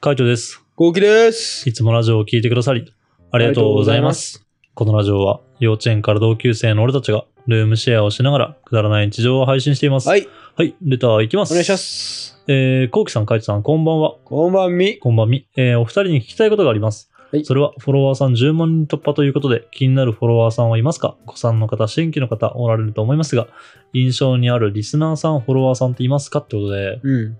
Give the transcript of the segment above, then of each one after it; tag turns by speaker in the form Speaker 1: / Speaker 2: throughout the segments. Speaker 1: カイトです。
Speaker 2: 豪輝です。
Speaker 1: いつもラジオを聞いてくださり、ありがとうございます。このラジオは、幼稚園から同級生の俺たちが、ルームシェアをしながら、くだらない日常を配信しています。。
Speaker 2: はいい、
Speaker 1: レターいきます。
Speaker 2: お願いしま。す。
Speaker 1: えー、コウキさん、カイトさん、こんばんは。
Speaker 2: こんばんみ。
Speaker 1: こんばんみ。えー、お二人に聞きたいことがあります。
Speaker 2: はい
Speaker 1: それは、フォロワーさん10万人突破ということで、気になるフォロワーさんはいますか子さんの方、新規の方、おられると思いますが、印象にあるリスナーさん、フォロワーさんっていますかってことで、
Speaker 2: うん。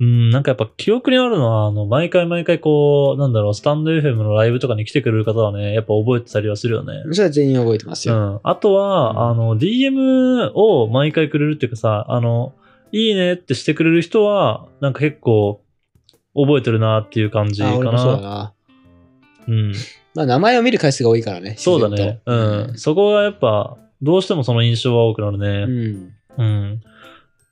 Speaker 1: うん、なんかやっぱ記憶にあるのは、あの、毎回毎回こう、なんだろう、スタンド FM のライブとかに来てくれる方はね、やっぱ覚えてたりはするよね。
Speaker 2: それは全員覚えてます
Speaker 1: う
Speaker 2: よ。
Speaker 1: ん。あと
Speaker 2: う
Speaker 1: は、
Speaker 2: ん
Speaker 1: あの、DM を毎回くれるっていうかさ、あの、いいねってしてくれる人は、なんか結構、覚えてるなっていう感じか
Speaker 2: あ、俺もそうだ
Speaker 1: な。
Speaker 2: な。
Speaker 1: うん。
Speaker 2: まあ、名前を見る回数が多いからね。
Speaker 1: そうだね。うん。そこがやっぱ、どうしてもその印象は多くなるね。
Speaker 2: 自然と。うん。
Speaker 1: うん。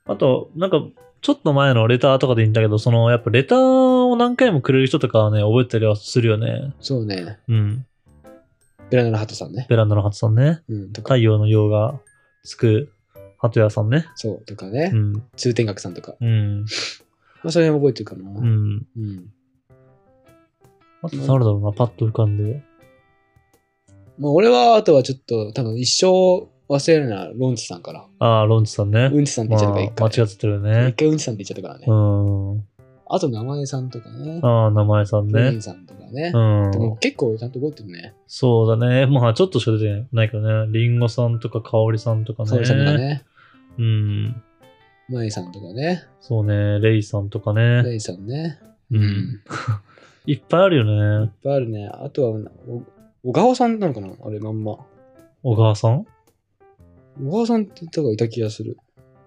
Speaker 1: あと、なんか、ちょっと前のレターとかで言ったけど、その、やっぱレターを何回もくれる人とかはね、覚えたりはするよね。
Speaker 2: そうね。
Speaker 1: うん。
Speaker 2: ベラナのハトさんね。
Speaker 1: ベランダのハトさんね。
Speaker 2: うん。とか、
Speaker 1: 太陽の陽がつくハト屋さんね。
Speaker 2: そう、とか
Speaker 1: う
Speaker 2: ね。
Speaker 1: ん。
Speaker 2: 通天閣さんとか。
Speaker 1: うん。
Speaker 2: まあ、それも覚えてるかな。
Speaker 1: う
Speaker 2: うん。
Speaker 1: ん。あと、誰だろうな、パッと浮かんで。
Speaker 2: まあ、俺は、あとはちょっと、多分一生忘れるのはロンチさんから。
Speaker 1: ああ、ロンチさんね。
Speaker 2: うんちさんって
Speaker 1: ま
Speaker 2: 言
Speaker 1: あ、
Speaker 2: っちゃ
Speaker 1: 間違
Speaker 2: ったから、一回。
Speaker 1: ってたよ
Speaker 2: 一
Speaker 1: ね。
Speaker 2: 回うんちさんって言っちゃったからね
Speaker 1: う。ん。
Speaker 2: あと、名前さんとかね。
Speaker 1: ああ、名前さん
Speaker 2: プリ
Speaker 1: ね
Speaker 2: ン。さんとかね
Speaker 1: う。
Speaker 2: で
Speaker 1: ん
Speaker 2: も。結構ちゃんと覚えてるね。
Speaker 1: そうだね。まあ、ちょっとしか出てないけどね。リンゴさんとか、香織さんとかね。
Speaker 2: サボさんとかね。
Speaker 1: うん。
Speaker 2: マイさんとかね。
Speaker 1: そうね、レイさんとかね。
Speaker 2: レイさんね。
Speaker 1: う。。
Speaker 2: うん
Speaker 1: いっぱいあるよね
Speaker 2: いっ。ぱいあるね。あとは、お小川さんなのかなあれ、まんま。
Speaker 1: 小川さん
Speaker 2: 小川さんって人がいた気がする。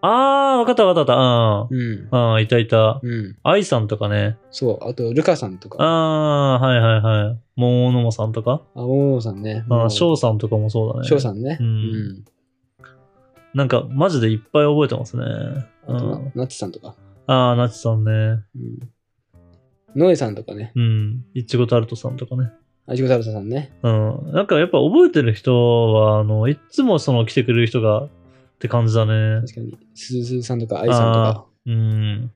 Speaker 1: あー、わかったわかったわかっ
Speaker 2: うん。
Speaker 1: た。うん。うん、いたいた。
Speaker 2: うん。
Speaker 1: 愛さんとかね。
Speaker 2: そう。あと、ルカさんとか。あ、
Speaker 1: あー、はいはいはい。モーノモさんとか。
Speaker 2: ももさんね。
Speaker 1: あー、
Speaker 2: し
Speaker 1: シ
Speaker 2: ょ
Speaker 1: ョウさんとかもそうだね。
Speaker 2: さんね。
Speaker 1: う
Speaker 2: うんん。
Speaker 1: なんか、マジでいっぱい覚えてますね。う
Speaker 2: あとな、
Speaker 1: ん。
Speaker 2: ナッツさんとか。
Speaker 1: あー、ナチさんね。
Speaker 2: うん。ノエさんとかね。
Speaker 1: うん。いちごタルトさんとかね。
Speaker 2: アジゴタルトさんね。
Speaker 1: うん。なんかやっぱ覚えてる人は、あの、いつもその来てくれる人がって感じだね。
Speaker 2: 確かに。すずすずさんとか、アイさんとか。
Speaker 1: うん。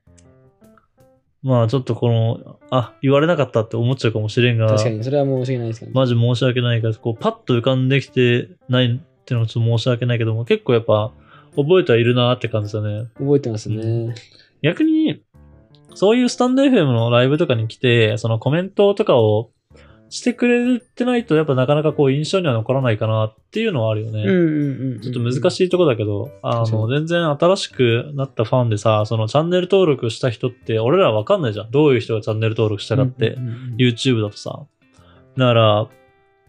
Speaker 1: まあちょっとこの、あ、言われなかったって思っちゃうかもしれんが、
Speaker 2: 確かに、それは申し訳ないですけど、ね。
Speaker 1: マジ申し訳ないから、こうパッと浮かんできてないっていうのはちょっと申し訳ないけども、結構やっぱ覚えてはいるなって感じだね。
Speaker 2: 覚えてますね。
Speaker 1: 逆に、そういうスタンド FM のライブとかに来て、そのコメントとかをしてくれてないと、やっぱなかなかこう印象には残らないかなっていうのはあるよね。
Speaker 2: うんうんうんうん。
Speaker 1: ちょっと難
Speaker 2: い。
Speaker 1: しいとこだけど、あの、
Speaker 2: そう
Speaker 1: 全然新しくなったファンでさ、そのチャンネル登録した人って、俺らわかんないじゃん。どういう人がチャンネル登録したかって、
Speaker 2: うんうんうん
Speaker 1: YouTube だとさ。だから、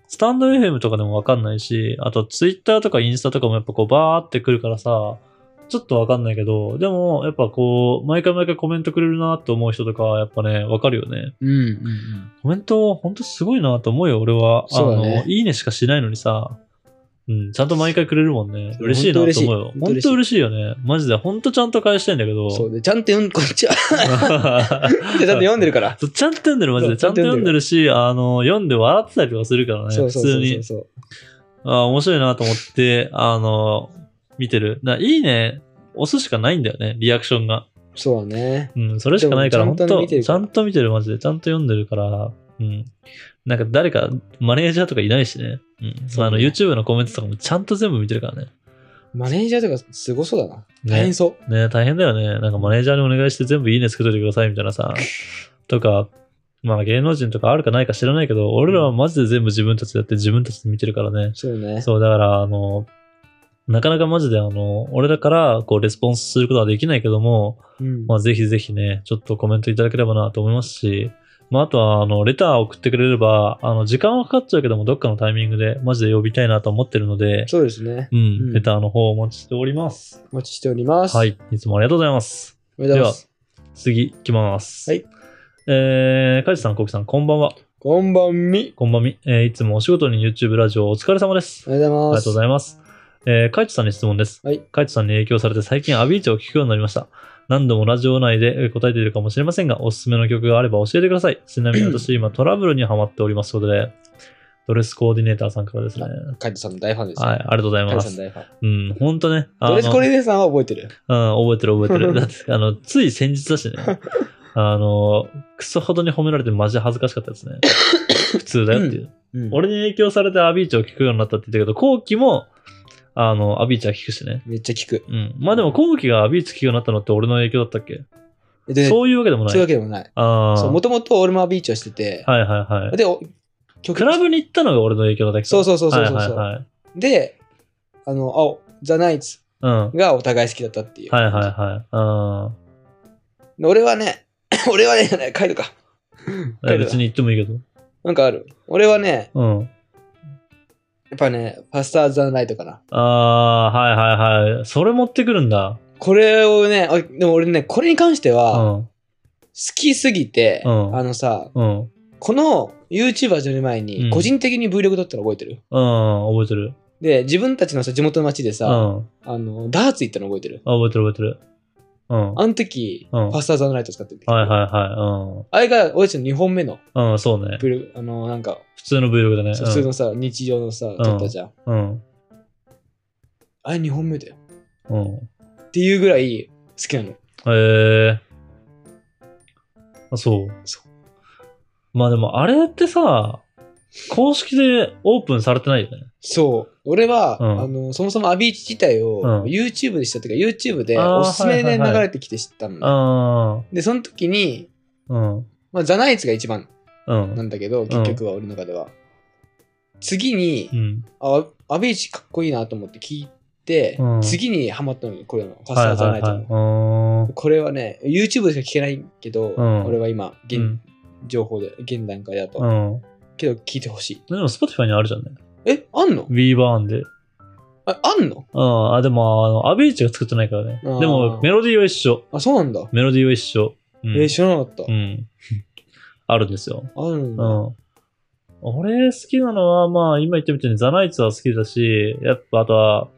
Speaker 1: スタンド FM とかでもわかんないし、あと Twitter とかインスタとかもやっぱこうバーってくるからさ、ちょっとわかんないけど、でもやっぱこう、毎回毎回コメントくれるなって思う人とかはやっぱね、わかるよね。
Speaker 2: うんうんうん。
Speaker 1: コメントほんとすごいなと思うよ、俺は。あ
Speaker 2: そうだね
Speaker 1: の、いいねしかしないのにさ、うん、ちゃんと毎回くれるもんね。嬉しいなと思うよ。
Speaker 2: ほ
Speaker 1: ほん
Speaker 2: ん
Speaker 1: と嬉
Speaker 2: と嬉
Speaker 1: しいよね。マジで、ほんとちゃんと返したいんだけど。
Speaker 2: そう で、ちゃんと読ん、こっちは。 ちゃんと読んでるか ら。
Speaker 1: そうちゃんと読んでる、マジ
Speaker 2: そ
Speaker 1: で。
Speaker 2: う
Speaker 1: ちゃんと読んでるし、あの、読んで笑ってたりとかするからね、
Speaker 2: そう
Speaker 1: 普
Speaker 2: そう
Speaker 1: 通
Speaker 2: そうそ
Speaker 1: に
Speaker 2: う。そう。
Speaker 1: あ面白いなと思って、あの、見てる。ないいね、押すしかないんだよね、リアクションが。
Speaker 2: そうね。
Speaker 1: うん、それしかないから、
Speaker 2: で
Speaker 1: 本
Speaker 2: もち
Speaker 1: 当
Speaker 2: ゃんと見てる
Speaker 1: ちゃんと見てる、マジで。ちゃんと読んでるから、うん。なんか誰か、マネージャーとかいないしね。うん。そう、あの、
Speaker 2: そうね
Speaker 1: YouTube のコメントとかもちゃんと全部見てるからね。
Speaker 2: マネージャーとかすごそうだな。
Speaker 1: ね
Speaker 2: 大変そう。
Speaker 1: ね大変だよね。なんかマネージャーにお願いして全部いいねつけといてくださいみたいなさ。とか、まあ芸能人とかあるかないか知らないけど、俺らはマジで全部自分たちでやって自分たちで見てるからね。
Speaker 2: そうね。
Speaker 1: そう、だから、あの、なかなかマジであの、俺らからこうレスポンスすることはできないけども、
Speaker 2: うん
Speaker 1: まあぜひぜひね、ちょっとコメントいただければなと思いますし、まああとはあの、レター送ってくれれば、あの、時間はかかっちゃうけども、どっかのタイミングでマジで呼びたいなと思ってるので、
Speaker 2: そうですね。
Speaker 1: う、
Speaker 2: うんん
Speaker 1: レターの方をお待ちしております。
Speaker 2: お待ちしております。
Speaker 1: は。い、いつもありがとうございます。
Speaker 2: おめでとうございます。
Speaker 1: 次いきます。
Speaker 2: はい。
Speaker 1: えー、カイジさん、コウキさん、こんばんは。
Speaker 2: こんばんみ。
Speaker 1: こんばんみ。えー、いつもお仕事に YouTube ラジオお疲れ様です。
Speaker 2: おめでとう
Speaker 1: あ
Speaker 2: ご
Speaker 1: り
Speaker 2: ざいま
Speaker 1: が
Speaker 2: す。
Speaker 1: とうご
Speaker 2: い
Speaker 1: ざいます。えー、カイチさんに質問です。
Speaker 2: はい
Speaker 1: カイチさんに影響されて最近アビーチを聴くようになりました。何度もラジオ内でえー答えているかもしれませんが、おすすめの曲があれば教えてください。ちなみに私、今トラブルにハマっておりますので、ドレスコーディネーターさんからですね。
Speaker 2: ます。カイトさんの大ファンです。
Speaker 1: はい、ありがとうござい
Speaker 2: カイ
Speaker 1: ま
Speaker 2: トさん
Speaker 1: す。
Speaker 2: の大ファン。
Speaker 1: うん、ほんとね。あ
Speaker 2: ド
Speaker 1: の
Speaker 2: レスコレデさんは覚えてる。
Speaker 1: うん、覚えてる覚えてる。だって、あの、つい先日だしね。あの、クソほどに褒められてマジで恥ずかしかったです ね。普通だよっていう。
Speaker 2: うん、
Speaker 1: 俺に影響されてアビーチを聞くようになったって言ったけど、後期も、あの、アビーチは聞くしね。
Speaker 2: めっちゃ聞く。
Speaker 1: うん。まあでも後期がアビーチ聞くようになったのって俺の影響だったっけ
Speaker 2: えで、そう
Speaker 1: そういうわけでもない。
Speaker 2: いうわけでもない。
Speaker 1: ああ。
Speaker 2: そう、もともと俺もアビーチをしてて、
Speaker 1: はいはいはい。
Speaker 2: で、お曲
Speaker 1: クラブに行ったのが俺の影響だったっけ
Speaker 2: そうそうそうそうそう
Speaker 1: はいはいはい。
Speaker 2: で、あの、あ、おザ・ナイツ
Speaker 1: うん。はい
Speaker 2: がお互い好きだったっていう。
Speaker 1: はいはい。あ
Speaker 2: で俺はね、 俺はね、じゃないカイドか。
Speaker 1: あ。え別に行ってもいいけど。
Speaker 2: なんかある。俺はね、
Speaker 1: うん。
Speaker 2: やっぱね、パスターズ・ザ・ナイトかな。
Speaker 1: ああ、はいはいはい。それ持ってくるんだ。
Speaker 2: これをね、あでも俺ね、これに関して
Speaker 1: う
Speaker 2: は、好
Speaker 1: ん。
Speaker 2: きすぎて、
Speaker 1: うん
Speaker 2: あのさ、
Speaker 1: うん。うん。
Speaker 2: この YouTuber 始める前
Speaker 1: うん
Speaker 2: に、個人的に V 力だったの覚えてる、
Speaker 1: 覚えてる。
Speaker 2: で、自分たちのさ、地元の町で
Speaker 1: う
Speaker 2: さ、
Speaker 1: ん。あ
Speaker 2: あの、ダーツ行ったの覚えてる
Speaker 1: 覚えてる覚えてる。うん。は
Speaker 2: あの時、
Speaker 1: うん
Speaker 2: パスターズ・ザ・ナイト使ってる。
Speaker 1: いはいはい。
Speaker 2: あれが、俺たちの2本目の、
Speaker 1: うん。うん、そうね。
Speaker 2: ブルあの、なんか、
Speaker 1: 普通の Vlog だね。
Speaker 2: 普通のさ、日常のさ、撮ったじゃん。
Speaker 1: うん。
Speaker 2: あれ2本目だよ。
Speaker 1: うん。うん。
Speaker 2: っていうぐらい好きなの。
Speaker 1: へえあ、そう。
Speaker 2: そ
Speaker 1: まあでも、あれってさ、公式でオープンされてないよね。
Speaker 2: そう。俺は、
Speaker 1: うん
Speaker 2: あの、そもそもアビーチ自体を
Speaker 1: うん
Speaker 2: YouTube でしたっていうか、YouTube で
Speaker 1: あー
Speaker 2: おすすめ
Speaker 1: はい
Speaker 2: で
Speaker 1: はいはい
Speaker 2: 流れてきて知ったのね、
Speaker 1: あ
Speaker 2: で、その時に、
Speaker 1: あ。うん。
Speaker 2: まあ、ザナイツが一番
Speaker 1: うん
Speaker 2: な。んだけど、結局は俺の中では。次に、
Speaker 1: うん。
Speaker 2: あアビーチかっこいいなと思って聞いて、
Speaker 1: うん
Speaker 2: 次にハマったのに、これの、ファス
Speaker 1: はい
Speaker 2: ターザ
Speaker 1: は
Speaker 2: ナ
Speaker 1: い
Speaker 2: イトの。
Speaker 1: はい。うん
Speaker 2: これはね、YouTube でしか聞けないけど、
Speaker 1: ん
Speaker 2: 俺は今、現、
Speaker 1: うん
Speaker 2: 情報で、現段階だと。
Speaker 1: うん。
Speaker 2: けど、聞いてほしい。
Speaker 1: でも、Spotify にあるじゃんね。
Speaker 2: え、あんの
Speaker 1: WeBurn で。
Speaker 2: ああんの
Speaker 1: うん。あ、でも、あの、アビーチが作ってないからね。
Speaker 2: あー
Speaker 1: でも、メロディーは一緒。
Speaker 2: あ、そうなんだ。
Speaker 1: メロディーは一緒。うん。
Speaker 2: えー、知らなかった。
Speaker 1: うん。 あるんですよ。
Speaker 2: あるん
Speaker 1: う
Speaker 2: だ。
Speaker 1: ん。俺好きなのは、まあ、今言ってみたように、ザナイツは好きだし、やっぱ、あとは、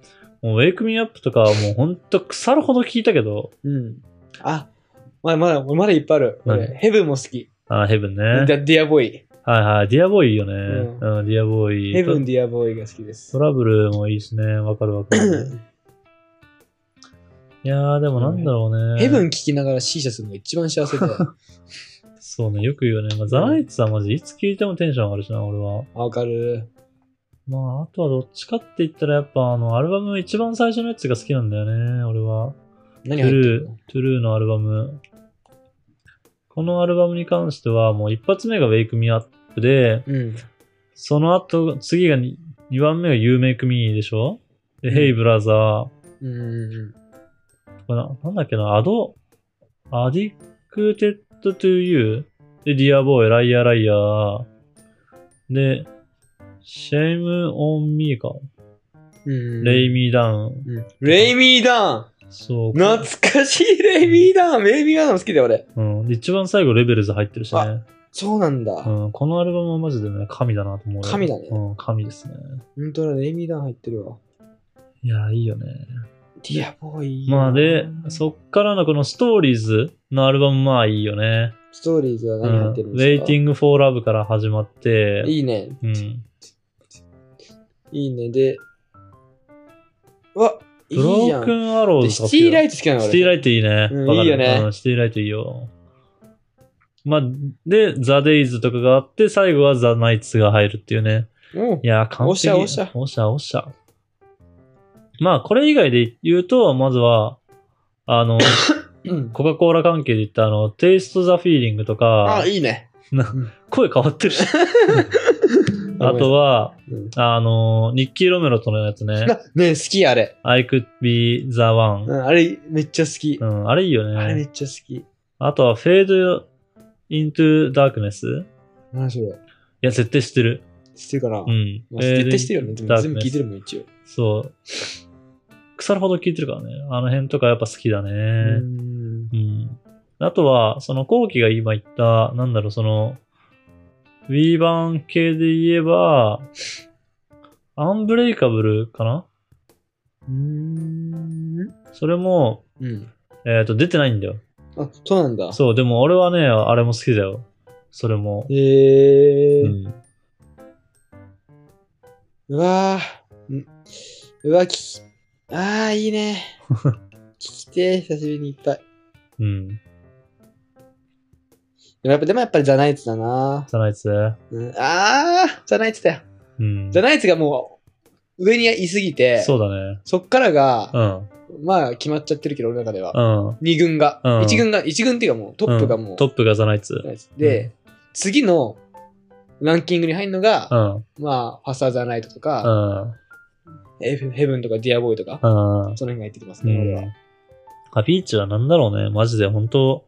Speaker 1: もう、ウェイクミーアップとかはもう、ほんと腐るほど聞いたけど、
Speaker 2: うん。あ、まだまだ、俺まだいっぱいある。俺
Speaker 1: 何
Speaker 2: ヘブンも好き。
Speaker 1: あーヘブンね。
Speaker 2: ディディアボーイ。
Speaker 1: はいはい。ディアボーイいいよね。
Speaker 2: う
Speaker 1: うん、ディアボーイ。
Speaker 2: ヘブン、ディアボーイが好きです
Speaker 1: ト。ラブルもいいしね。わかるわかる。いやー、でもなんだろうね。
Speaker 2: ヘブン聴きながら C シャツのが一番幸せ だよ。
Speaker 1: そうね、よく言うよね。まあ、ザナイツはマジ、いつ聞いてもテンション上がるしな、俺は。
Speaker 2: あわかる。
Speaker 1: まあ、あとはどっちかって言ったら、やっぱ、あの、アルバム一番最初のやつが好きなんだよね、俺は。
Speaker 2: 何
Speaker 1: トゥ
Speaker 2: 入って
Speaker 1: ルー
Speaker 2: る、
Speaker 1: トゥルーのアルバム。このアルバムに関しては、もう一発目が Wake Me Up で、
Speaker 2: のうん。
Speaker 1: その後、次がに二番目が You Make Me でしょで、
Speaker 2: うん
Speaker 1: Hey Brother
Speaker 2: うん。
Speaker 1: とかな、なんだっけな、アド、アディクテッド to You で、Dear Boy、ライアーライアーで、Shame on Me か。
Speaker 2: うん。
Speaker 1: レイミーダウン。
Speaker 2: うんレイミーダ
Speaker 1: そう。
Speaker 2: ーン懐かしいレイミーダーンレイミーダーンも好きだよ俺。
Speaker 1: うん。で、一番最後、レベルズ入ってるしね。
Speaker 2: そうなんだ。
Speaker 1: うん。このアルバムはマジでね、神だなと思うよ。
Speaker 2: 神だね
Speaker 1: うん、神ですね。
Speaker 2: 本当だ、レイミーダーン入ってるわ。
Speaker 1: いや、いいよね。
Speaker 2: ディアボーイ。
Speaker 1: まあ、で、そっからのこのストーリーズのアルバム、まあいいよね。
Speaker 2: ストーリーズは
Speaker 1: う
Speaker 2: 何入
Speaker 1: ん。
Speaker 2: ってるん
Speaker 1: Waiting for Love から始まって、
Speaker 2: いいね。
Speaker 1: うん。
Speaker 2: いいね。で、うわ、い
Speaker 1: ブロ
Speaker 2: いじゃ
Speaker 1: ー
Speaker 2: ん。
Speaker 1: クンアロー
Speaker 2: で
Speaker 1: ズ
Speaker 2: シ
Speaker 1: とか好
Speaker 2: テ
Speaker 1: き
Speaker 2: ィラ
Speaker 1: だ
Speaker 2: イト好きなの俺。
Speaker 1: シティライトいいね。
Speaker 2: うん
Speaker 1: わかる
Speaker 2: いいよね
Speaker 1: うんシティライトいいよ。まあ、で、ザ・デイズとかがあって、最後はザ・ナイツが入るっていうね。
Speaker 2: う
Speaker 1: い。
Speaker 2: ん
Speaker 1: やー、完璧。
Speaker 2: おっしゃおっしゃ
Speaker 1: おっしゃおっしゃまあ、これ以外で言うと、まずは、あ の、
Speaker 2: うん。
Speaker 1: コカ・コーラ関係で言った、あの、テイスト・ザ・フィーリングとか
Speaker 2: あ、、いいね。
Speaker 1: 声変わって るし。あと
Speaker 2: は、
Speaker 1: は、
Speaker 2: うん
Speaker 1: あの、ニッキー・ロメロとのやつね。
Speaker 2: なね好き、あれ。
Speaker 1: I could be the
Speaker 2: う
Speaker 1: one。
Speaker 2: ん、あれ、めっちゃ好き
Speaker 1: う。ん、あれいいよ
Speaker 2: あれ、め
Speaker 1: ね。
Speaker 2: っちゃ好き。
Speaker 1: あとは、Fade into Darkness。
Speaker 2: 何それ。
Speaker 1: いや、絶対知ってる。
Speaker 2: 知ってるかな
Speaker 1: うん。
Speaker 2: まあ絶対してるよね。で
Speaker 1: Fade into
Speaker 2: も全部
Speaker 1: Darkness
Speaker 2: 聞いてるもん、一応。
Speaker 1: そう。腐るほど聞いてるからね。あの辺とかやっぱ好きだね。
Speaker 2: うん
Speaker 1: うん。あとは、その後期が今言った、なんだろう、その、ウィーバン系で言えば、アンブレイカブルかな
Speaker 2: うん。
Speaker 1: それも、
Speaker 2: うん。
Speaker 1: えっ、と、出てないんだよ。
Speaker 2: あ、そうなんだ。
Speaker 1: そう、でも俺はね、あれも好きだよ。それも。
Speaker 2: へえ
Speaker 1: う
Speaker 2: ー。
Speaker 1: ん。
Speaker 2: うわぁ。んうわ、聞き、あー、い いね。聞きてー、久しぶりにいっぱい。
Speaker 1: うん。
Speaker 2: でもやっぱ、でもやっぱりザナイツだな、
Speaker 1: ザナイツ
Speaker 2: うん、あー、ザナイツだよ。
Speaker 1: うん。
Speaker 2: ザナイツがもう、上にいすぎて、
Speaker 1: そうだね。
Speaker 2: そっからが、
Speaker 1: うん。
Speaker 2: まあ決まっちゃってるけど、俺の中では。
Speaker 1: うん。
Speaker 2: 二軍が、
Speaker 1: うん
Speaker 2: 一軍が、一軍っていうかもう、トップがもう、
Speaker 1: んトップがザナイツ。
Speaker 2: ザナイツで、次のランキングに入るのが、
Speaker 1: うん。うん。
Speaker 2: まあ、ファサーザナイトと
Speaker 1: う
Speaker 2: か、
Speaker 1: ん。
Speaker 2: エフヘブンとかディアボーイとか、
Speaker 1: うん。
Speaker 2: その辺が入ってきます
Speaker 1: う
Speaker 2: ね、俺は。
Speaker 1: ん。あ、ビーチはなんだろうね。マジで、本当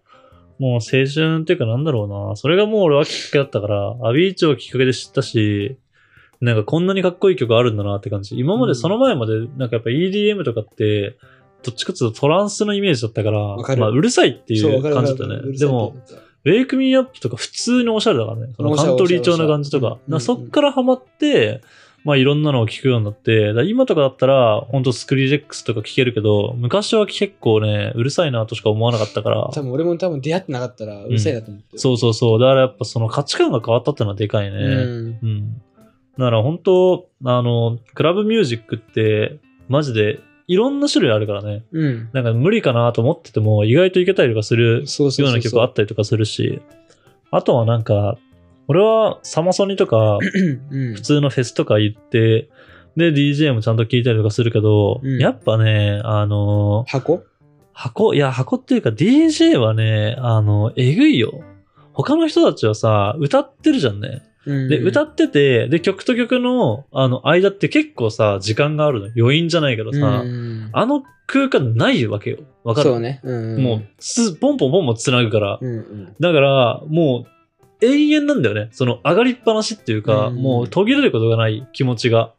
Speaker 1: もう青春っていうかなんだろうな。それがもう俺はきっかけだったから、アビーチをきっかけで知ったし、なんかこんなにかっこいい曲あるんだなって感じ。今までその前まで、なんかやっぱ EDM とかって、どっちかっていうとトランスのイメージだったから、
Speaker 2: かる
Speaker 1: まあうるさいってい
Speaker 2: そうわかる
Speaker 1: 感じだ
Speaker 2: わ
Speaker 1: っ
Speaker 2: か
Speaker 1: た
Speaker 2: るう
Speaker 1: ね。
Speaker 2: るさ
Speaker 1: で
Speaker 2: い
Speaker 1: も、ウェイクミーアップとか普通にオシャレだからね。その
Speaker 2: おしゃ
Speaker 1: カ
Speaker 2: れ
Speaker 1: ントリー調な感じと
Speaker 2: おしゃ
Speaker 1: か
Speaker 2: れ。
Speaker 1: なそっからハマって、まあいろんなのを聴くようになって、だから今とかだったら、ほんとスクリジェックスとか聴けるけど、昔は結構ね、うるさいなとしか思わなかったから。
Speaker 2: 多分俺も多分出会ってなかったらうるさいなと思ってる。
Speaker 1: そうそうそう。だからやっぱその価値観が変わったってのはでかいね。
Speaker 2: うん。
Speaker 1: うん。だから本当あの、クラブミュージックって、マジでいろんな種類あるからね。
Speaker 2: うん。
Speaker 1: なんか無理かなと思ってても、意外といけたりとかする
Speaker 2: そうそうそうそう。
Speaker 1: ような曲あったりとかするし、あとはなんか、俺はサマソニと か
Speaker 2: うん
Speaker 1: 普。通のフェスとか行って、で、DJ もちゃんと聞いたりとかするけど、
Speaker 2: うん
Speaker 1: やっぱね、あの、
Speaker 2: 箱
Speaker 1: 箱、いや、箱っていうか DJ はね、あの、えぐいよ。他の人たちはさ、歌ってるじゃんね。で、
Speaker 2: で
Speaker 1: 歌ってて、で、曲と曲の、あの、間って結構さ、時間があるの。余韻じゃないけどさ、
Speaker 2: うん、
Speaker 1: あの空間ないわけよ。わかる
Speaker 2: そうね。うん。
Speaker 1: もう、す、ポンポンポンポン繋ぐから、
Speaker 2: うんうん。
Speaker 1: だから、もう、永遠なんだよね。その、上がりっぱなしっていうか、
Speaker 2: うん
Speaker 1: もう途切れることがない気持ちが。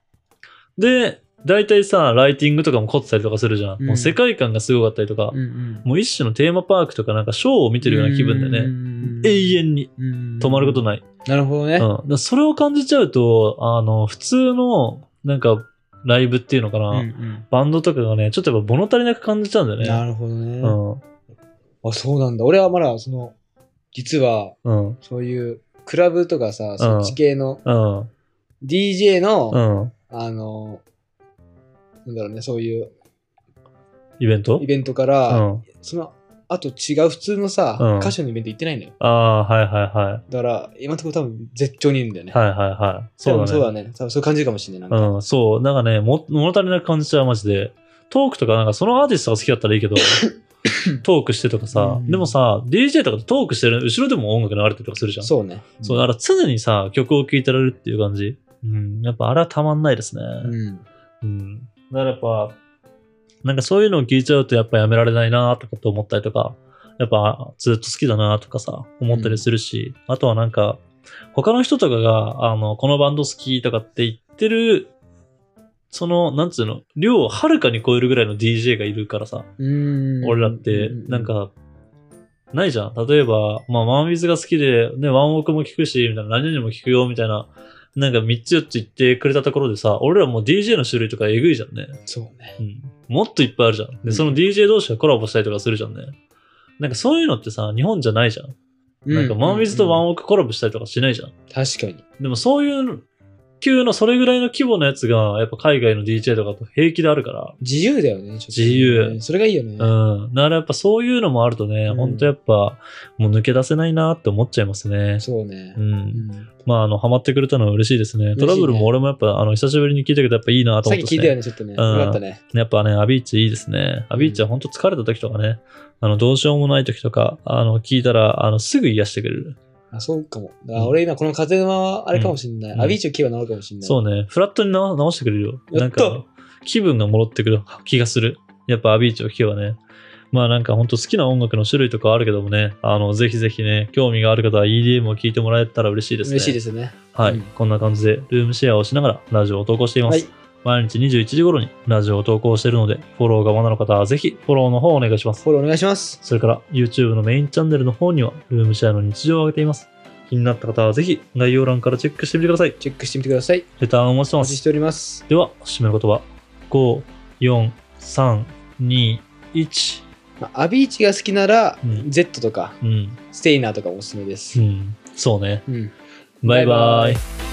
Speaker 1: で、大体さ、ライティングとかも凝ってたりとかするじゃん。
Speaker 2: うん
Speaker 1: もう世界観がすごかったりとか、
Speaker 2: うんうん。
Speaker 1: もう一種のテーマパークとかなんかショーを見てるような気分でね、
Speaker 2: ね
Speaker 1: 永遠に
Speaker 2: 遠
Speaker 1: 止まること
Speaker 2: い。
Speaker 1: ない。
Speaker 2: なるほど
Speaker 1: う
Speaker 2: ね
Speaker 1: ん。。だからそれを感じちゃうと、あの、普通の、なんか、ライブっていうのかな、
Speaker 2: うんうん
Speaker 1: バンドとかがね、ちょっとやっぱ物足りなく感じちゃうんだよね。
Speaker 2: なるほどね。
Speaker 1: うん。
Speaker 2: あ、そうなんだ。俺はまだ、その、実は、
Speaker 1: うん。
Speaker 2: そういう、クラブとかさ、そっち系の、
Speaker 1: うん。
Speaker 2: DJ の、
Speaker 1: うん。
Speaker 2: あの、なんだろうね、そういう
Speaker 1: イベント
Speaker 2: イベントか
Speaker 1: う
Speaker 2: ら、
Speaker 1: ん。
Speaker 2: その、あと違う普通のさ、
Speaker 1: うん
Speaker 2: 歌手のイベント行ってないんだよ。
Speaker 1: ああ、はいはいはい。
Speaker 2: だから、今のところ多分絶頂にいるんだよね。
Speaker 1: はいはいはい。
Speaker 2: 多
Speaker 1: そう
Speaker 2: 分
Speaker 1: だ
Speaker 2: そ
Speaker 1: ね。
Speaker 2: うだね。多分そう感じるかもしれない。なんか
Speaker 1: うん、そう。なんかね、も物足りなく感じちゃう、マジで。トークとか、なんかそのアーティストが好きだったらいいけど、 トークしてとかさ
Speaker 2: う、ん
Speaker 1: でもさ、DJ とかでトークしてる後ろでも音楽流れてるとかするじゃん。
Speaker 2: そうね。
Speaker 1: そう、だから常にさ、曲を聴いてられるっていう感じ。うん、やっぱあれはたまんないですね。
Speaker 2: うん。
Speaker 1: うん。だからやっぱ、なんかそういうのを聞いちゃうとやっぱやめられないなとかって思ったりとか、やっぱずっと好きだなとかさ、思ったりするし、あとはなんか、他の人とかが、あの、このバンド好きとかって言ってる、その、なんつうの、量をはるかに超えるぐらいの DJ がいるからさ、
Speaker 2: うん。
Speaker 1: 俺らって
Speaker 2: う、
Speaker 1: なん、か、ないじゃん。例えば、まあ、ワンウィズが好きで、ね、ワンオークも聞くし、みたいな、何々も聞くよ、みたいな、なんか3つ4つ言ってくれたところでさ、俺らもう DJ の種類とかえぐいじゃんね。
Speaker 2: そうね。
Speaker 1: うん。もっといっぱいあるじゃん。
Speaker 2: う
Speaker 1: で、
Speaker 2: ん
Speaker 1: その DJ 同士がコラボしたりとかするじゃんね。なんかそういうのってさ、日本じゃないじゃん。なんか、ワンウィズとワ
Speaker 2: ン。
Speaker 1: ンオークコラボしたりとかしないじゃん。
Speaker 2: 確かに。
Speaker 1: でもそういう、級のそれぐらいの規模のやつが、やっぱ海外の DJ とかと平気であるから、
Speaker 2: 自由だよね、ちょっと
Speaker 1: 自由
Speaker 2: それがいいよね。
Speaker 1: うん。だからやっぱそういうのもあるとね、
Speaker 2: うん
Speaker 1: ほんとやっぱ、もう抜け出せないなって思っちゃいますね。
Speaker 2: そうね
Speaker 1: う。ん。
Speaker 2: うん
Speaker 1: まあ、あの、ハマってくれたのは嬉しいですね。
Speaker 2: 嬉しい
Speaker 1: ト
Speaker 2: ね
Speaker 1: ラブルも俺もやっぱ、あの、久しぶりに聞いたけど、やっぱいいなと
Speaker 2: さっ
Speaker 1: 思った
Speaker 2: き
Speaker 1: し、
Speaker 2: 聞いたよ
Speaker 1: ね。
Speaker 2: ね、ちょっとね。よ
Speaker 1: うん
Speaker 2: かったね。
Speaker 1: やっぱね、アビーチいいですね。アビーチはほんと疲れた時とかね、あの、どうしようもない時とか、あの、聞いたら、あの、すぐ癒してくれる。
Speaker 2: あ、そうかも。だから俺今この風邪はあれかもしれな
Speaker 1: うん
Speaker 2: い。アビーチを聞けば治るかもしれない。
Speaker 1: そうね、フラットにな直してくれるよ。な
Speaker 2: や
Speaker 1: ん
Speaker 2: っ
Speaker 1: か
Speaker 2: た、
Speaker 1: 気分が戻ってくる気がする。やっぱアビーチを聴けばね。まあなんか本当好きな音楽の種類とかあるけどもね、あの、ぜひぜひね、興味がある方は EDM を聴いてもらえたら嬉しいですね。。
Speaker 2: 嬉しいですすね。
Speaker 1: はい、
Speaker 2: うん
Speaker 1: こんな感じでルームシェアをしながらラジオを投稿しています。
Speaker 2: はい。
Speaker 1: 毎日21時頃にラジオを投稿しているので、フォローがまだの方はぜひフォローの方をお願いします。
Speaker 2: フォローお願いします。
Speaker 1: それから YouTube のメインチャンネルの方にはルームシェアの日常を上げています。気になった方はぜひ概要欄からチェックしてみてください。
Speaker 2: チェックしてみてください。
Speaker 1: レターンをお待ちしてま
Speaker 2: お待
Speaker 1: す
Speaker 2: ちし。ております。
Speaker 1: では、締める言葉。5、4、3、2、1。
Speaker 2: まあアビーチが好きなら、
Speaker 1: うん
Speaker 2: Z とか、
Speaker 1: うん。
Speaker 2: ステイナーとかおすすめで
Speaker 1: う
Speaker 2: す。
Speaker 1: ん。そうね。
Speaker 2: うん。
Speaker 1: バイバイ。
Speaker 2: バイバイ